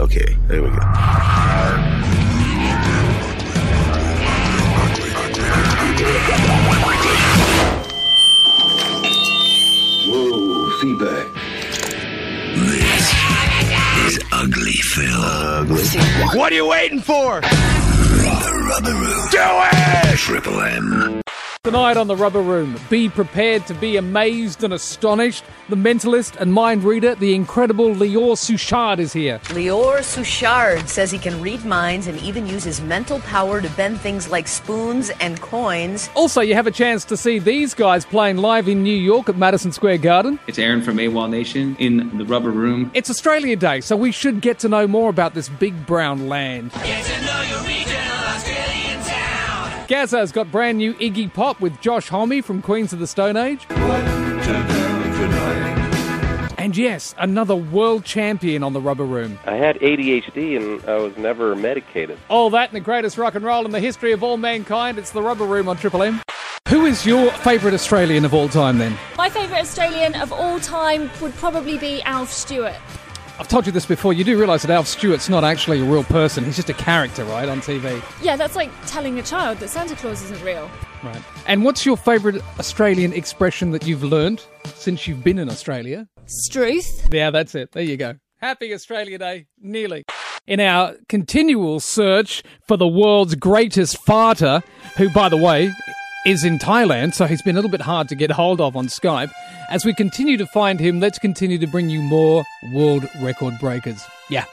Okay, there we go. Whoa, feedback. This is Ugly Phil. What are you waiting for? The Rubber Room. Do it! Triple M. Tonight on The Rubber Room, be prepared to be amazed and astonished. The mentalist and mind reader, the incredible Lior Souchard, is here. Lior Souchard says he can read minds and even use his mental power to bend things like spoons and coins. Also, you have a chance to see these guys playing live in New York at Madison Square Garden. It's Aaron from AWOL Nation in the Rubber Room. It's Australia Day, so we should get to know more about this big brown land. Gaza's got brand new Iggy Pop with Josh Homme from Queens of the Stone Age. And yes, another world champion on the rubber room. I had ADHD and I was never medicated. All that and the greatest rock and roll in the history of all mankind. It's the rubber room on Triple M. Who is your favourite Australian of all time then? My favourite Australian of all time would probably be Alf Stewart. I've told you this before, you do realise that Alf Stewart's not actually a real person, he's just a character, right, on TV. Yeah, that's like telling a child that Santa Claus isn't real. Right. And what's your favourite Australian expression that you've learned since you've been in Australia? Struth. Yeah, that's it. There you go. Happy Australia Day, nearly. In our continual search for the world's greatest farter, who, by the way, is in Thailand, so he's been a little bit hard to get hold of on Skype. As we continue to find him, let's continue to bring you more world record breakers. Yeah,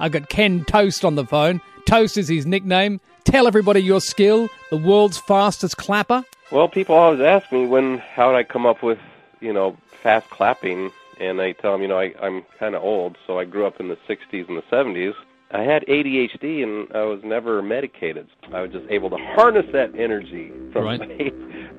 I've got Ken Toast on the phone. Toast is his nickname. Tell everybody your skill, the world's fastest clapper. Well, people always ask me when, how did I come up with, you know, fast clapping? And I tell them, you know, I, I'm kind of old, so I grew up in the 60s and the 70s. I had ADHD and I was never medicated. I was just able to harness that energy from Right.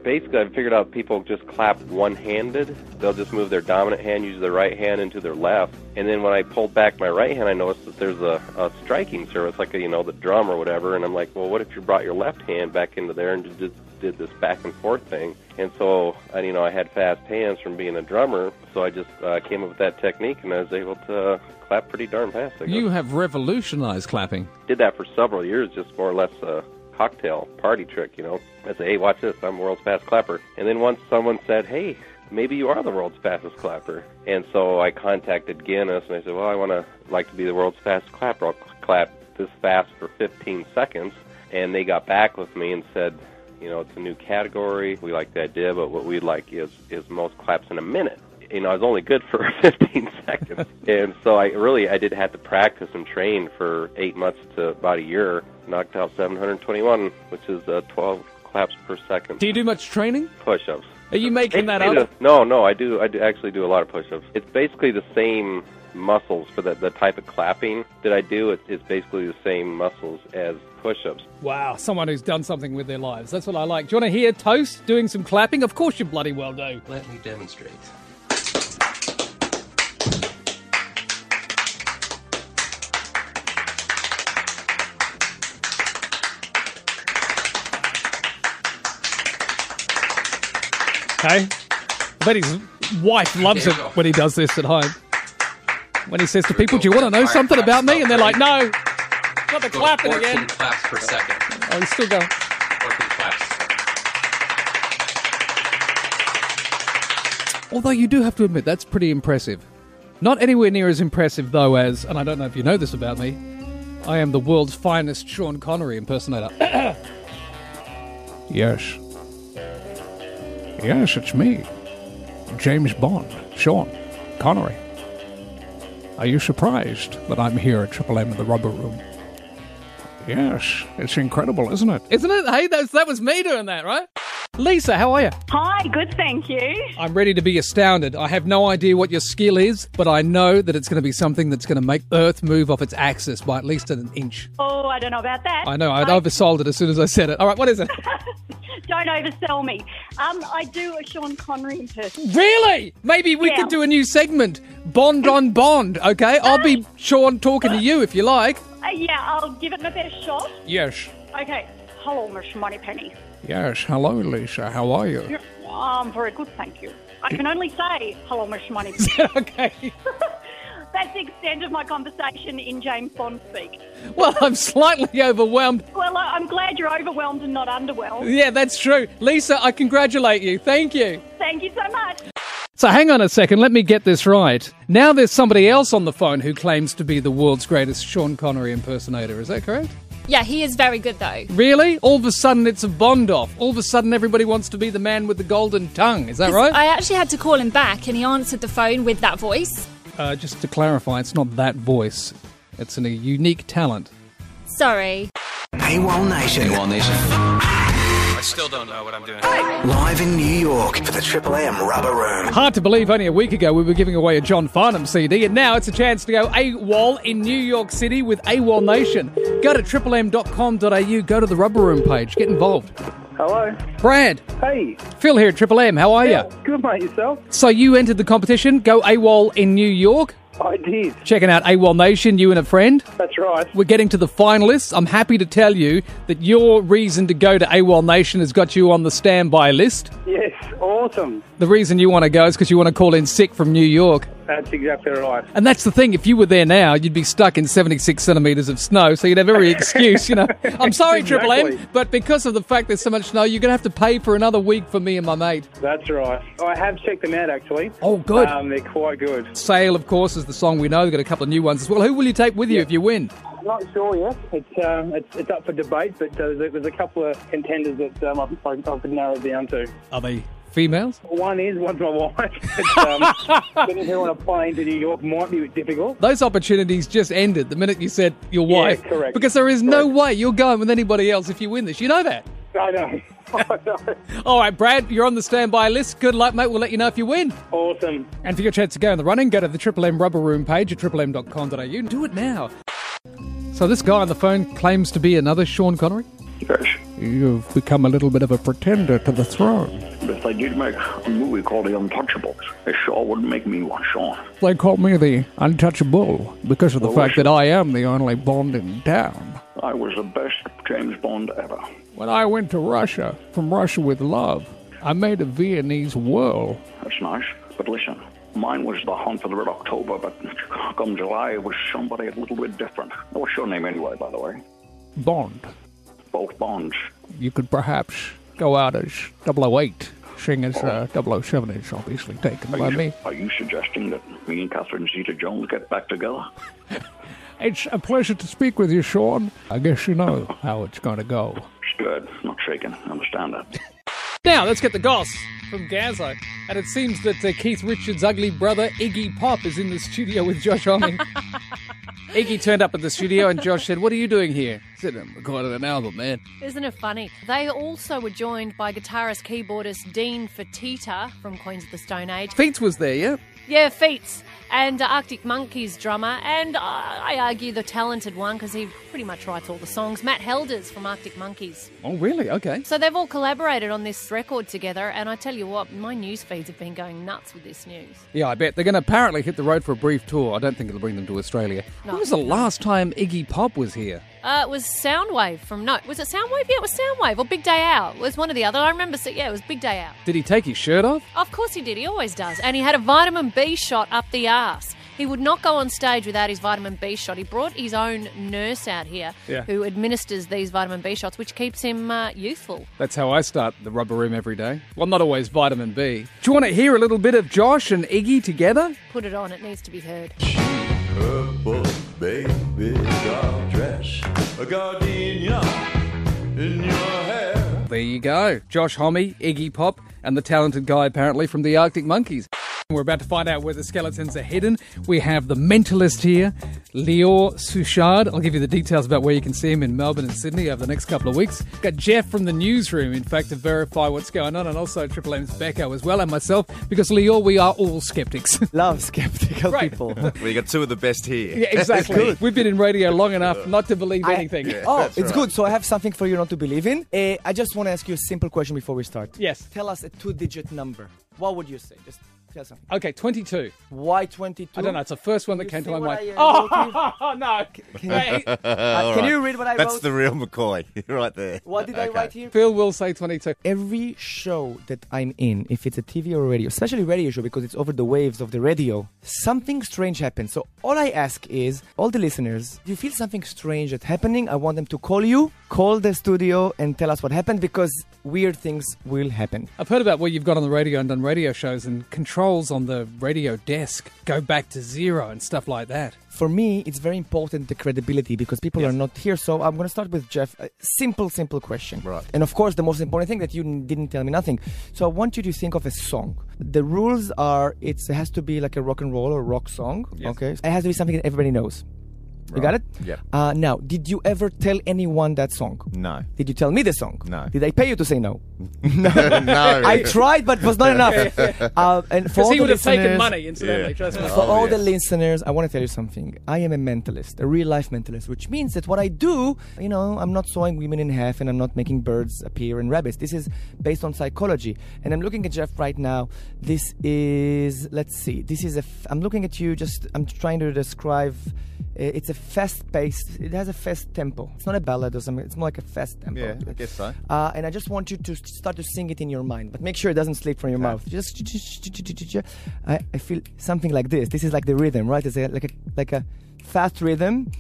basically I figured out people just clap one-handed. They'll just move their dominant hand, use their right hand into their left. And then when I pulled back my right hand, I noticed that there's a, a striking service, like a, you know the drum or whatever. And I'm like, well, what if you brought your left hand back into there and just did this back and forth thing? And so, I, you know, I had fast hands from being a drummer, so I just uh, came up with that technique, and I was able to clap pretty darn fast. I guess You have revolutionised clapping. did that for several years, just more or less a cocktail party trick, you know. I say, hey, watch this, I'm the world's fastest clapper. And then once someone said, hey, maybe you are the world's fastest clapper. And so I contacted Guinness and I said, well, I want to like to be the world's fastest clapper. I'll cl- clap this fast for 15 seconds. And they got back with me and said, you know, it's a new category. We like the idea, but what we'd like is is most claps in a minute. You know, I was only good for 15 seconds, and so I really I did have to practice and train for eight months to about a year. Knocked out 721, which is uh, 12 claps per second. Do you do much training? push-ups? Are you making that Basically up? the- No, no, I do. I do actually do a lot of push-ups. It's basically the same muscles for the, the type of clapping that I do. It, it's basically the same muscles as push-ups. Wow, someone who's done something with their lives. That's what I like. Do you want to hear Toast doing some clapping? Of course you bloody well do. Let me demonstrate. Okay? I bet his wife loves There it you go. when he does this at home. When he says to people, go. Do you want to know Alright, something clap, about me? And they're like, stop, No, not Go to the clapping 14 again. claps per second. Oh, he's still going. 14 claps. Although you do have to admit, that's pretty impressive. Not anywhere near as impressive, though, as, and I don't know if you know this about me, I am the world's finest Sean Connery impersonator. yes. Yes, it's me, James Bond, Sean Connery. Are you surprised that I'm here at Triple M in the Rubber Room? Yes, it's incredible, isn't it? Isn't it? Hey, that's, that was me doing that, right? Lisa, how are you? Hi, good, thank you. I'm ready to be astounded. I have no idea what your skill is, but I know that it's going to be something that's going to make Earth move off its axis by at least an inch. Oh, I don't know about that. I know, I'd oversold it as soon as I said it. All right, what is it? Don't oversell me. Um, I do a Sean Connery impersonation. really? Maybe we Yeah. could do a new segment Bond on Bond, okay? I'll be Sean talking to you if you like. Uh, yeah, I'll give it my best shot. Yes. Okay. Hello, Miss Moneypenny. Yes. Hello, Lisa. How are you? You're- Um, I'm very good, thank you. I can only say hello, Miss Moneypenny. okay. That's the extent of my conversation in James Bond speak. Well, I'm slightly overwhelmed. Well, I- I'm glad you're overwhelmed and not underwhelmed. Yeah, that's true. Lisa, I congratulate you. Thank you. Thank you so much. So hang on a second, let me get this right. Now there's somebody else on the phone who claims to be the world's greatest Sean Connery impersonator, is that correct? Yeah, he is very good though. Really? All of a sudden it's a bond off. All of a sudden everybody wants to be the man with the golden tongue, is that 'Cause right? I actually had to call him back and he answered the phone with that voice. Uh, just to clarify, it's not that voice. It's an, a unique talent. Sorry. AWOL Nation. AWOL Nation. I still don't know what I'm doing. Live in New York for the Triple M Rubber Room. Hard to believe only a week ago we were giving away a John Farnham CD, and now it's a chance to go AWOL in New York City with AWOL Nation. Go to triplem.com.au, go to the Rubber Room page, get involved. Hello. Brad, Hey. Phil here at Triple M, how are you? Good mate yourself. So you entered the competition, go AWOL in New York. I did. Checking out AWOL Nation, you and a friend. That's right. We're getting to the finalists. I'm happy to tell you that your reason to go to AWOL Nation has got you on the standby list. Yes. Awesome. The reason you want to go is because you want to call in sick from New York. That's exactly right. And that's the thing, if you were there now, you'd be stuck in 76 centimetres of snow, so you'd have every excuse, you know. I'm sorry, Triple M, Exactly. but because of the fact there's so much snow, you're going to have to pay for another week for me and my mate. That's right. Oh, I have checked them out actually. Oh, good. Um, they're quite good. Sale, of course, is the song we know. We've got a couple of new ones as well. Who will you take with you if you win? Not sure yet. It's um, it's, it's up for debate, but uh, there's, a, there's a couple of contenders that um, I've, I've I've narrowed down to. Are they females? One is one's my wife. It's, um, getting her on a plane to New York might be difficult. Those opportunities just ended the minute you said your Yeah, wife. correct. Because there is no way you're going with anybody else if you win this. You know that. I know. I know. All right, Brad, you're on the standby list. Good luck, mate. We'll let you know if you win. Awesome. And for your chance to go in the running, go to the Triple M Rubber Room page at triplem.com.au. Do it now. So this guy on the phone claims to be another Sean Connery. Yes, You've become a little bit of a pretender to the throne. but they did make a movie called The Untouchables. It sure wouldn't make me watch Sean. They call me the untouchable because of the Oh, fact sure. that I am the only Bond in town. I was the best James Bond ever. When I went to Russia, from Russia with love, I made a Viennese whirl. That's nice. But listen, mine was The Hunt for the Red October, but come July, it was somebody a little bit different. What's your name anyway, by the way? Bond, Both Bonds. you could perhaps go out as 008, seeing as uh, 007 is obviously taken Are by you, me. Are you suggesting that me and Catherine Zeta-Jones get back together? It's a pleasure to speak with you, Sean. I guess you know how it's going to go. Good. Not shaken. Understand that. Now, let's get the goss from Gaza. And it seems that uh, Keith Richards' ugly brother, Iggy Pop, is in the studio with Josh Homme. Iggy turned up at the studio and Josh said, What are you doing here? He said, I'm recording an album, man. Isn't it funny? They also were joined by guitarist keyboardist Dean Fatita from Queens of the Stone Age. Feats was there, yeah? Yeah, Feats. And uh, Arctic Monkeys drummer, and uh, I argue the talented one because he pretty much writes all the songs, Matt Helders from Arctic Monkeys. Oh, really? Okay. So they've all collaborated on this record together, and I tell you what, my news feeds have been going nuts with this news. Yeah, I bet. They're going to apparently hit the road for a brief tour. I don't think it'll bring them to Australia. No. When was the last time Iggy Pop was here? Uh, it was Soundwave from no, was it Soundwave? Yeah, it was Soundwave or Big Day Out. It was one or the other. I remember. So yeah, it was Big Day Out. Did he take his shirt off? Of course he did. He always does. And he had a vitamin B shot up the arse. He would not go on stage without his vitamin B shot. He brought his own nurse out here Yeah. who administers these vitamin B shots, which keeps him uh, youthful. That's how I start the rubber room every day. Well, not always vitamin B. Do you want to hear a little bit of Josh and Iggy together? Put it on. It needs to be heard. Purple baby doll dress, a gardenia in your hair. There you go. Josh Homme, Iggy Pop, and the talented guy apparently from the Arctic Monkeys. We're about to find out where the skeletons are hidden. We have the mentalist here, Lior Souchard. I'll give you the details about where you can see him in Melbourne and Sydney over the next couple of weeks. Got Jeff from the newsroom, in fact, to verify what's going on, and also Triple M's Becco as well, and myself, because Lior, we are all skeptics. Love skeptical people. well, you got two of the best here. Yeah, exactly. Good. We've been in radio long enough not to believe anything. oh, it's good. So I have something for you not to believe in. Uh, I just want to ask you a simple question before we start. Yes. Tell us a two-digit number. What would you say? Just Tell something. Okay, 22. Why 22? I don't know. It's the first one that came to my mind. oh, no. Can, Uh, can you read what I That's wrote? the real McCoy right there. What did I Okay. write here? Phil will say 22. Every show that I'm in, if it's a TV or a radio, especially radio show because it's over the waves of the radio, something strange happens. So all I ask is, all the listeners, if you feel something strange that's happening, I want them to call you, call the studio and tell us what happened because weird things will happen. I've heard about what you've got on the radio and done radio shows and controls on the radio desk go back to zero and stuff like that. For me, it's very important the credibility because people are not here. So I'm going to start with Jeff. A simple, simple question. Right. And of course, the most important thing that you n- didn't tell me nothing. So I want you to think of a song. The rules are it's, it has to be like a rock and roll or rock song. Okay. It has to be something that everybody knows. You got it? Yep. Uh, now, did you ever tell anyone that song? No. Did you tell me the song? No. Did I pay you to say no? no. No. I tried, but was not enough. Uh, and for Because all he the would have taken listeners- money, incidentally. Trust me. for all the listeners, I want to tell you something. I am a mentalist, a real life mentalist, which means that what I do, you know, I'm not sawing women in half and I'm not making birds appear in rabbits. This is based on psychology. And I'm looking at Jeff right now. This is, let's see, this is a, f- I'm looking at you, just, I'm trying to describe. uh, It's a fast paced, it has a fast tempo. It's not a ballad or something, it's more like a fast tempo. Yeah, I guess so. Uh, and I just want you to start to sing it in your mind, but make sure it doesn't slip from your mouth. Just, I, I feel something like this. This is like the rhythm, right? It's a, like a like a fast rhythm.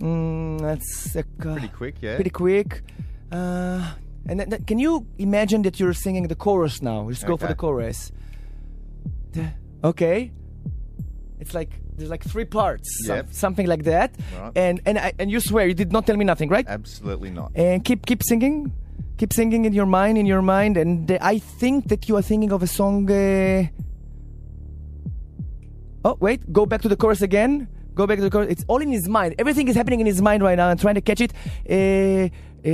Mm, that's a, pretty quick, yeah. Pretty quick. Uh, and then, then- can you imagine that you're singing the chorus now? Just go for Okay. the chorus. Da- Okay. It's like there's like three parts, some- Yep. something like that. Right. And and I, and you swear you did not tell me nothing, right? Absolutely not. and keep keep singing keep singing in your mind in your mind and uh, i think that you are thinking of a song uh... oh wait go back to the chorus again go back to the chorus it's all in his mind everything is happening in his mind right now i'm trying to catch it uh, uh,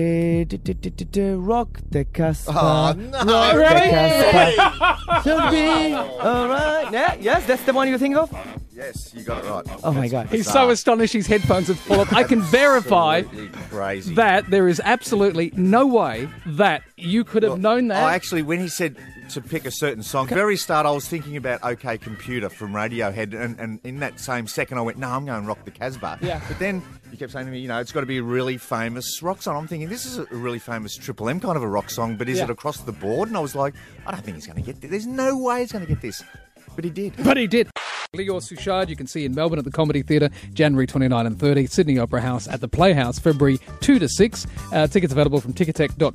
d- d- d- d- d- rock the Casbah. Oh, no. Rock Really? the Casbah. Should be all right. Yeah, yes, that's the one you're thinking of. Yes, you got it right. Oh my God. He's so astonished his headphones have fallen off. I can verify crazy. that there is absolutely no way that you could have known that. I actually, when he said to pick a certain song, very start, I was thinking about OK Computer from Radiohead, and, and in that same second, I went, no, I'm going to rock the Casbah. Yeah. But then you kept saying to me, you know, it's got to be a really famous rock song. I'm thinking, this is a really famous Triple M kind of a rock song, but is Yeah. it across the board? And I was like, I don't think he's going to get this. There's no way he's going to get this. But he did. But he did. Lior Souchard, you can see in Melbourne at the Comedy Theatre, January 29 and 30, Sydney Opera House at the Playhouse, February 2 to 6. Uh, tickets available from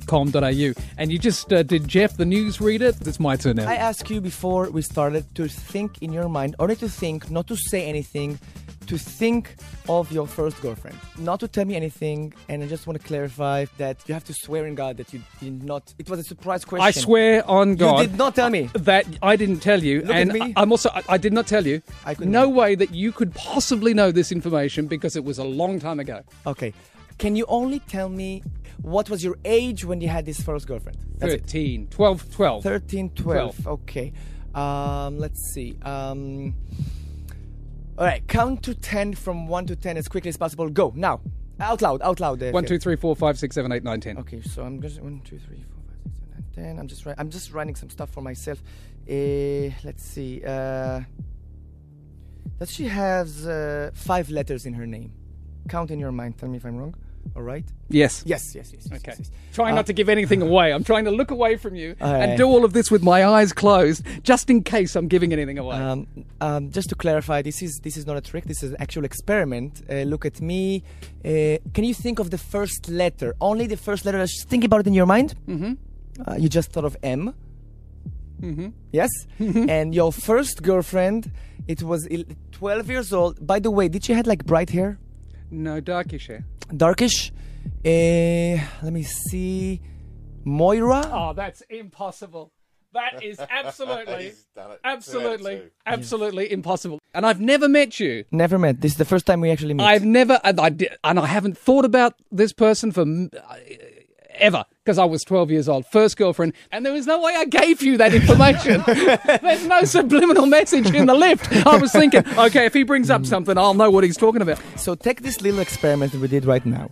ticketek.com.au. And you just uh, did Jeff the newsreader. It's my turn now. I asked you before we started to think in your mind, only to think, not to say anything, to think of your first girlfriend. Not to tell me anything, and I just want to clarify that you have to swear in God that you did not. It was a surprise question. I swear on God. You did not tell me. That I didn't tell you. Look at and me. I- I'm also, I, I did not tell you. I couldn't. no way that you could possibly know this information because it was a long time ago. Okay. Can you only tell me what was your age when you had this first girlfriend? That's it. 13, 12, 12. 13, 12. Okay. Um, let's see. Um, all right. Count to 10 from 1 to 10 as quickly as possible. Go now. Out loud, out loud. uh, One, Phil. two, three, four, five, six, seven, eight, nine, ten. Okay, so I'm just one, two, three, four, five, six, seven, eight, ten. I'm just ri- I'm just writing some stuff for myself. Uh, let's see. Uh, that she has uh, five letters in her name. Count in your mind. Tell me if I'm wrong. All right. Yes. Yes. Yes. Yes. yes Okay. yes, yes. Trying Uh, not to give anything away. I'm trying to look away from you All and right. do all of this with my eyes closed, just in case I'm giving anything away. Um, um, just to clarify, this is this is not a trick. This is an actual experiment. Uh, look at me. Uh, can you think of the first letter? Only the first letter. Just think about it in your mind. Mm-hmm. Uh, you just thought of M. Mm-hmm. Yes. and your first girlfriend, it was el- 12 years old. By the way, did she had like bright hair, No darkish hair. darkish? Uh, let me see. Moira. Oh, that's impossible. That is absolutely, absolutely, absolutely impossible. And I've never met you. Never met. This is the first time we actually met. I've never, and I, di- and I haven't thought about this person for m- uh, ever because I was 12 years old, first girlfriend, and there was no way I gave you that information. There's no subliminal message in the lift. I was thinking, okay, if he brings up something, I'll know what he's talking about. So take this little experiment that we did right now.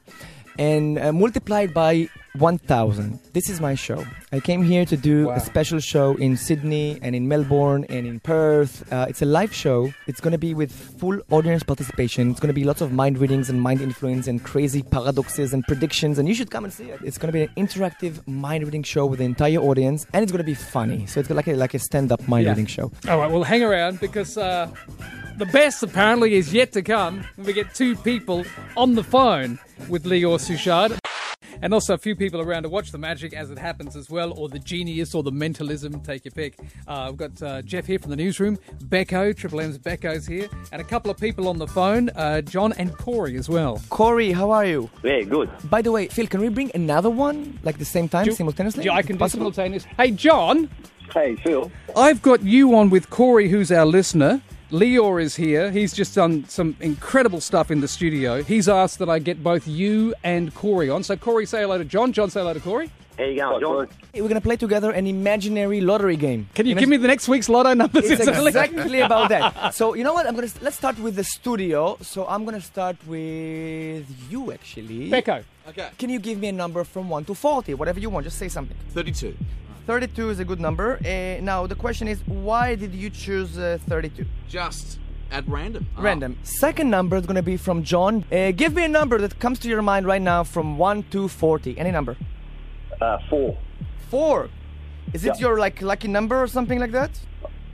and uh, multiplied by 1000 this is my show i came here to do a special show in sydney and in melbourne and in perth uh, it's a live show it's going to be with full audience participation it's going to be lots of mind readings and mind influence and crazy paradoxes and predictions and you should come and see it it's going to be an interactive mind reading show with the entire audience and it's going to be funny so it's like a, like a stand-up mind Yeah. reading show All right, well, hang around because uh, the best apparently is yet to come. We get two people on the phone with Lior Suchard. And also a few people around to watch the magic as it happens as well, or the genius, or the mentalism, take your pick. Uh, we've got uh, Jeff here from the newsroom, Becco, Triple M's Becco's here, and a couple of people on the phone, uh, John and Corey as well. corey how are you Yeah, good. by the way phil can we bring another one like the same time Do- simultaneously Yeah, I Is it can do possible? simultaneous. Hey, John. Hey, Phil. I've got you on with Corey, who's our listener. Leor is here. He's just done some incredible stuff in the studio. He's asked that I get both you and Corey on. So, Corey, say hello to John. John, say hello to Corey. How you going, John? Hey, We're gonna play together an imaginary lottery game. Can you give me the next week's lotto numbers? It's Italy? exactly about that. So you know what? I'm gonna let's start with the studio. So I'm gonna start with you actually. Becco. Okay. Can you give me a number from one to forty? Whatever you want, just say something. Thirty-two. Thirty-two is a good number. Uh, now the question is, why did you choose uh, thirty-two? Just at random. Ah. Random. Second number is gonna be from John. Uh, give me a number that comes to your mind right now from one to forty. Any number. Uh, four. Four. Is it Yeah. your like lucky number or something like that?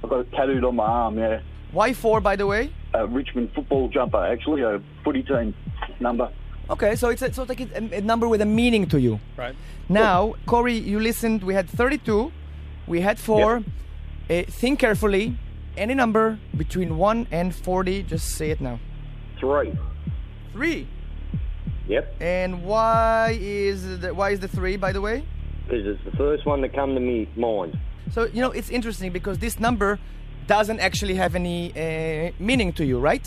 I've got it tattooed on my arm, yeah. Why four, by the way? A Richmond football jumper, actually, a footy team number. Okay, so it's a, so like a, a number with a meaning to you. Right. Now, Corey, you listened. We had 32, we had four. Uh, think carefully. Any number between one and 40, just say it now. Three. Three. Yep. And why is the, why is the three? By the way, Because it's the first one to come to me mind. so you know it's interesting because this number doesn't actually have any uh, meaning to you, right?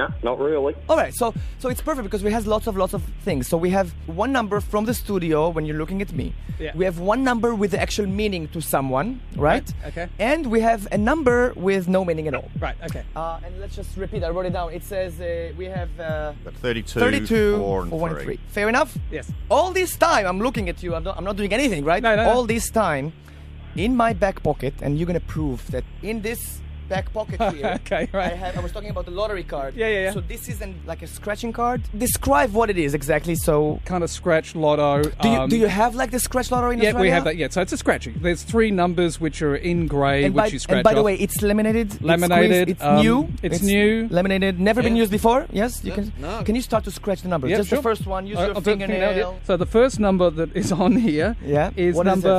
No, not really. All right, so so it's perfect because we have lots of lots of things. So we have one number from the studio when you're looking at me. Yeah. We have one number with the actual meaning to someone, right? Okay. And we have a number with no meaning at all. Right. Okay. Uh, and let's just repeat. I wrote it down. It says uh, we have uh, 32, 32, four, and four, one, three. three. Fair enough. Yes. All this time, I'm looking at you. I'm not, I'm not doing anything, right? no, no. All this time, in my back pocket, and you're gonna prove that in this back pocket here. Okay, right. I, have, I was talking about the lottery card. Yeah, yeah, yeah. So this isn't like a scratching card. Describe what it is exactly. So kind of scratch lotto. Do you, um, do you have like the scratch lottery? In Yeah, we Australia? have that. Yeah, so it's a scratching. There's three numbers which are in grey, And which by, you and scratch. by the off. way, it's laminated. it's Laminated, squeezed, It's, um, new. it's new. Laminated. Never been Yeah. used before. Yes. You No, can. Can you start to scratch the numbers? Yeah, Just sure. the first one. Use Uh, your I'll do it fingernail, fingernail. yeah. So the first number that is on here is Yeah. What is it? number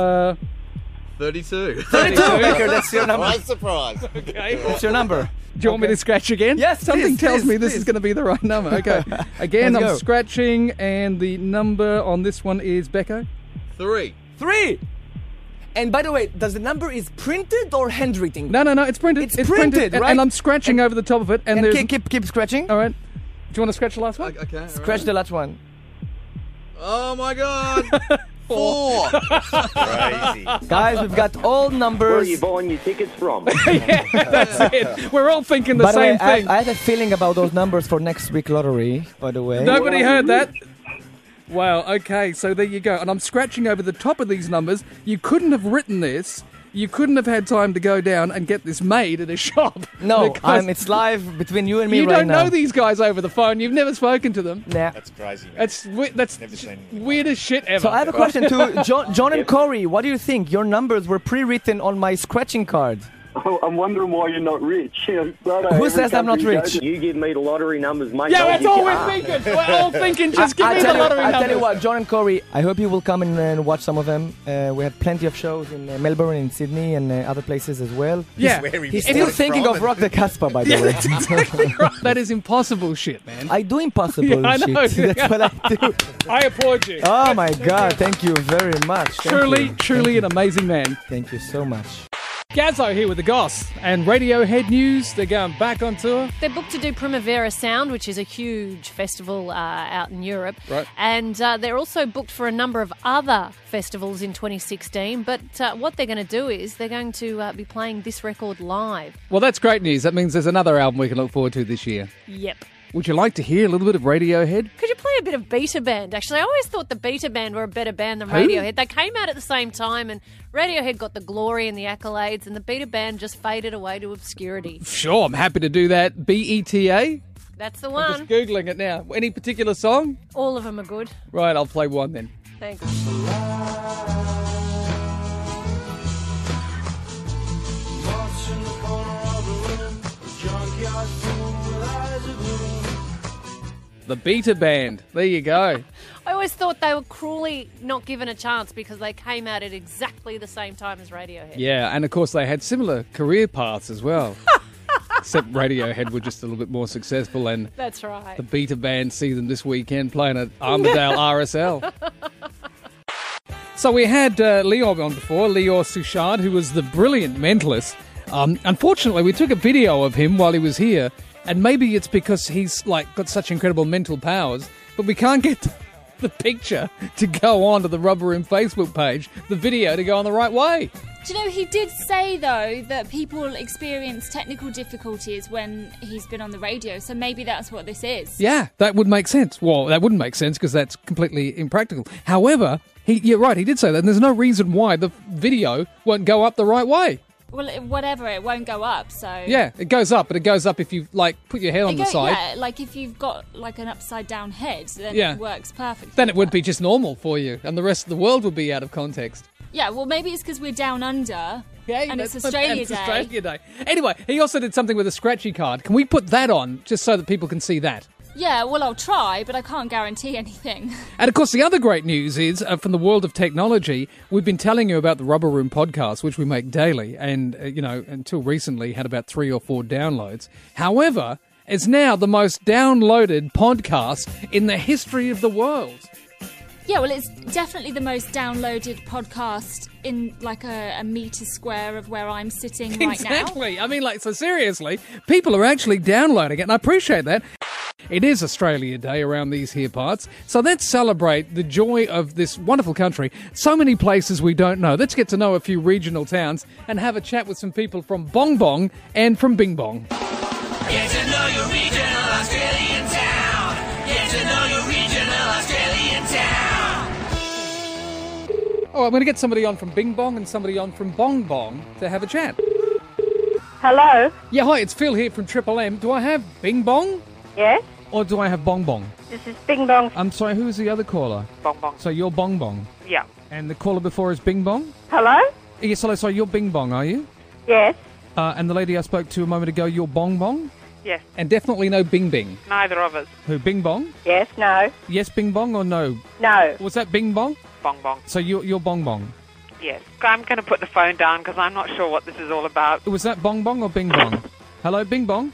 32. 32. Becker, that's your number. What a surprise. Okay. That's your number. Do you want me to scratch again? Yes. Something please, tells please, me this is please. going to be the right number. Okay. Again, I'm Let's go. scratching, and the number on this one is Becco. Three. Three. And by the way, does the number is printed or handwritten? No, no, no. It's printed. It's, printed, and- right? And I'm scratching over the top of it. And, And there's keep, keep keep scratching. all right. Do you want to scratch the last one? Okay. Scratch the last one. Oh my god. Four. Crazy. Guys, we've got all numbers. Where are you buying your tickets from? That's it. We're all thinking the by the same way, I- thing. I, had a feeling about those numbers for next week lottery. By the way, Nobody heard that. Wow, okay, so there you go. And I'm scratching over the top of these numbers. You couldn't have written this. You couldn't have had time to go down and get this made at a shop. No, Because I'm, it's live between you and me you right don't now. know these guys over the phone. You've never spoken to them. Nah. That's crazy. That's we- that's weirdest shit ever. So I have a question to John, John and Corey. What do you think? Your numbers were pre-written on my scratching card. I'm wondering why you're not rich. Who says I'm not rich? You give me the lottery numbers, mate. Yeah, I'll that's give all you we're half. thinking. We're all thinking. Just give I, me I the tell lottery you, I tell you numbers. what, John and Corey. I hope you will come and, uh, watch some of them. Uh, we have plenty of shows in uh, Melbourne, in Sydney, and uh, other places as well. Yeah. he's, Where he he's bought still it thinking from of Rock the Casper, by the Yeah, way. that's exactly right. That is impossible shit, man. I do impossible Yeah, I shit. know. That's what I do. I applaud you. Oh my God! Thank you very much. Thank Truly, you. truly an amazing man. Thank you so much. Gazzo here with the Goss and Radiohead News. They're going back on tour. They're booked to do Primavera Sound, which is a huge festival uh, out in Europe. Right. And uh, they're also booked for a number of other festivals in 2016. But uh, what they're going to do is they're going to uh, be playing this record live. Well, that's great news. That means there's another album we can look forward to this year. Yep. Would you like to hear a little bit of Radiohead? Could you play a bit of Beta Band? Actually, I always thought the Beta Band were a better band than Who? Radiohead. They came out at the same time, and Radiohead got the glory and the accolades, and the Beta Band just faded away to obscurity. Sure, I'm happy to do that. B E T A? That's the I'm just one. Googling it now. Any particular song? All of them are good. Right, I'll play one then. Thanks. The Beta Band. There you go. I always thought they were cruelly not given a chance because they came out at exactly the same time as Radiohead. Yeah, and of course they had similar career paths as well. Except Radiohead were just a little bit more successful, and That's right. the Beta Band see them this weekend playing at Armadale RSL. So we had uh, Leor on before, Leor Souchard, who was the brilliant mentalist. Um, unfortunately, we took a video of him while he was here, and maybe it's because he's like got such incredible mental powers, but we can't get the picture to go on to the Rubber Room Facebook page, the video to go on the right way. Do you know, he did say, though, that people experience technical difficulties when he's been on the radio, so maybe that's what this is. Yeah, that would make sense. Well, that wouldn't make sense because that's completely impractical. However, he, you're right, he did say that, and there's no reason why the video won't go up the right way. Well, it- whatever, it won't go up, so. Yeah, it goes up, but it goes up if you like put your head It on the go- side. Yeah, like if you've got like an upside down head, then Yeah. it works perfectly. Then it would be just normal for you, and the rest of the world would be out of context. Yeah, well, maybe it's because we're down under. Yeah, and it's That's- Australia it's Day. Australia Day. Anyway, he also did something with a scratchy card. Can we put that on just so that people can see that? Yeah, well, I'll try, but I can't guarantee anything. And of course, the other great news is uh, from the world of technology, we've been telling you about the Rubber Room podcast, which we make daily, and uh, you know, until recently had about three or four downloads. However, it's now the most downloaded podcast in the history of the world. Yeah, well, it's definitely the most downloaded podcast in like a, a meter square of where I'm sitting right now. exactly. I mean, like, so seriously, people are actually downloading it, and I appreciate that. It is Australia Day around these here parts, so let's celebrate the joy of this wonderful country. So many places we don't know. Let's get to know a few regional towns and have a chat with some people from Bong Bong and from Bing Bong. Get to know your regional Australian town. Get to know your regional Australian town. Oh, I'm going to get somebody on from Bing Bong and somebody on from Bong Bong to have a chat. Hello. Yeah, hi, it's Phil here from Triple M. Do I have Bing Bong? Yes. Or do I have Bong Bong? This is Bing Bong. I'm sorry, who's the other caller? Bong Bong. So you're Bong Bong. Yeah. And the caller before is Bing Bong? Hello? Yes, hello, sorry, you're Bing Bong, are you? Yes. Uh, and the lady I spoke to a moment ago, you're Bong Bong? Yes. And definitely no Bing Bing. Neither of us. Who, Bing Bong? Yes. No. Yes, Bing Bong or no? No. Was that Bing Bong? Bong Bong. So you're, you're Bong Bong. Yes. I'm going to put the phone down because I'm not sure what this is all about. Was that Bong Bong or Bing Bong? Hello, Bing Bong?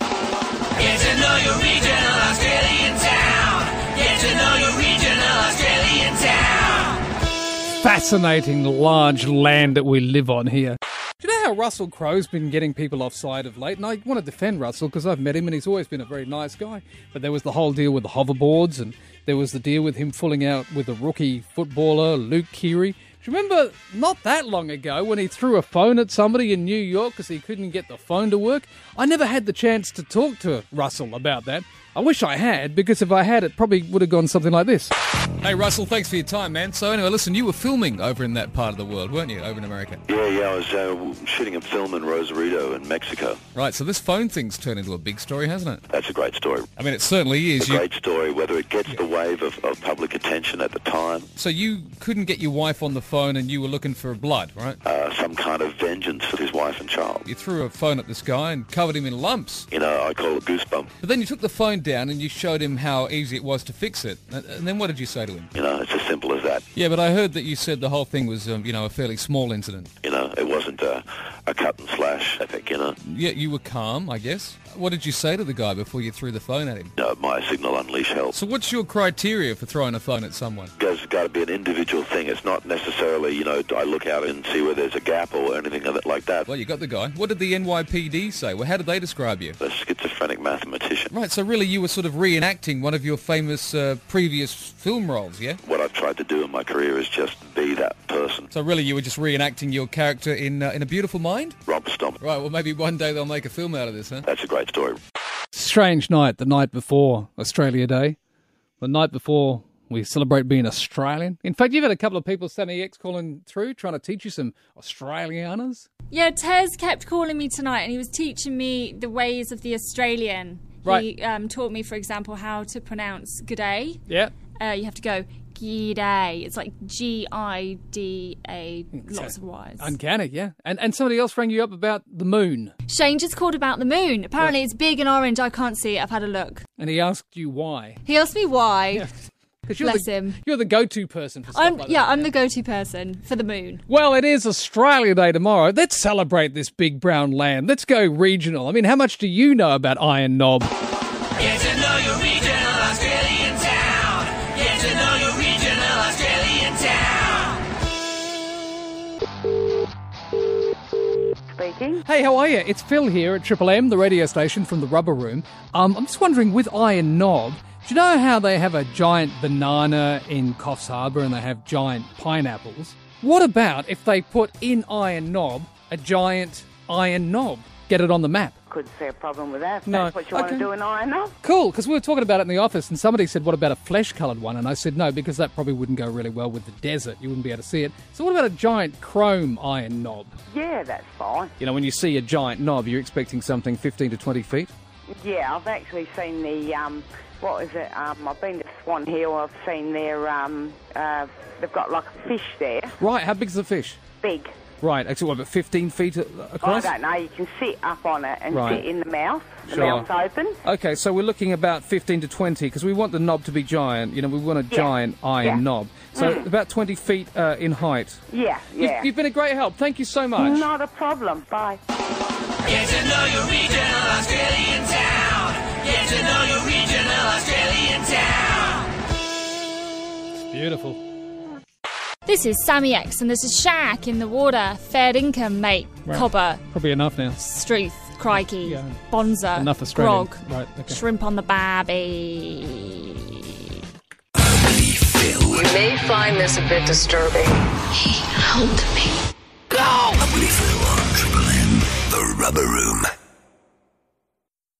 Get to know your regional Australian town. Get to know your regional Australian town. Fascinating large land that we live on here. Do you know how Russell Crowe's been getting people offside of late? And I want to defend Russell because I've met him and he's always been a very nice guy. But there was the whole deal with the hoverboards and there was the deal with him fooling out with a rookie footballer, Luke Keary. Do you remember not that long ago when he threw a phone at somebody in New York because he couldn't get the phone to work? I never had the chance to talk to Russell about that. I wish I had because if I had, it probably would have gone something like this. Hey Russell, thanks for your time, man. So anyway, listen, you were filming over in that part of the world, weren't you? Over in America. Yeah, yeah, I was uh, shooting a film in Rosarito in Mexico. Right, so this phone thing's turned into a big story, hasn't it? That's a great story. I mean, it certainly It's is. a You, great story, whether it gets the wave of, of public attention at the time, so you couldn't get your wife on the phone and you were looking for blood, right? uh, some kind of vengeance for his wife and child. You threw a phone at this guy and covered him in lumps. You know, I call it goosebump. But then you took the phone down and you showed him how easy it was to fix it. And- And then what did you say to him? You know, it's as simple as that. Yeah, but I heard that you said the whole thing was, um, you know, a fairly small incident. You know, it wasn't a, a cut and slash epic, you know. Yeah, you were calm, I guess. What did you say to the guy before you threw the phone at him? No, my signal unleash help. So what's your criteria for throwing a phone at someone? There's got to be an individual thing. It's not necessarily, you know, I look out and see where there's a gap or anything of it like that. Well, you got the guy. What did the NYPD say? Well, how did they describe you? A schizophrenic mathematician. Right, so really you were sort of reenacting one of your famous uh, previous film roles, yeah? What I've tried to do in my career is just be that person. So really you were just reenacting your character in uh, in A Beautiful Mind? Romp stomp. Right, well maybe one day they'll make a film out of this, huh? That's a great story. Strange night the night before Australia Day. The night before we celebrate being Australian. In fact, you've had a couple of people, Sammy X, calling through trying to teach you some Australianas. Yeah, Tez kept calling me tonight and he was teaching me the ways of the Australian. Right. He um, taught me, for example, how to pronounce good day. Yeah. Uh, you have to go g'day. It's like G I D A, lots of Y's. Uncanny, yeah. And and somebody else rang you up about the moon, Shane just called about the moon. Apparently, it's big and orange. I can't see it. I've had a look. and he asked you why. He asked me why. Because you're Bless the, him. You're the go-to person for stuff I'm, like that. yeah, I'm the go-to person for the moon. Well, it is Australia Day tomorrow. Let's celebrate this big brown land. Let's go regional. I mean, how much do you know about Iron Knob? Get to know your regional Australian town. Get to know your regional Australian town. Speaking. Hey, how are you? It's Phil here at Triple M, the radio station from the Rubber Room. Um, I'm just wondering, with Iron Knob, do you know how they have a giant banana in Coffs Harbour and they have giant pineapples? What about if they put in Iron Knob a giant iron knob? Get it on the map. Could see a problem with that. If No. That's what you want Okay. to do in iron up. Cool, because we were talking about it in the office, and somebody said, "What about a flesh-coloured one?" And I said, "No, because that probably wouldn't go really well with the desert. You wouldn't be able to see it. So, what about a giant chrome iron knob? Yeah, that's fine. You know, when you see a giant knob, you're expecting something 15 to 20 feet. Yeah, I've actually seen the um, what is it? Um, I've been to Swan Hill. I've seen their um, uh, they've got like a fish there, Right? How big's the fish? big. Right, actually, what about 15 feet a- across? I don't know. You can sit up on it and Right. sit in the mouth. The Sure. Uh, mouth's open. Okay, so we're looking about 15 to 20 because we want the knob to be giant. You know, we want a Yeah. giant iron Yeah. knob. So Mm. about 20 feet uh, in height. Yeah, You've- yeah. you've been a great help. Thank you so much. Not a problem. Bye. Get to know your regional Australian town. Get to know your regional Australian town. Beautiful. This is Sammy X, and this is Shaq in the water. Fair income, mate. Right. Cobber, Probably enough now. Struth, Crikey, Bonza, Enough Australian. Grog, Right, okay. Shrimp on the Barbie. You may find this a bit disturbing. He held me. Go! I believe the Triple M, the Rubber Room.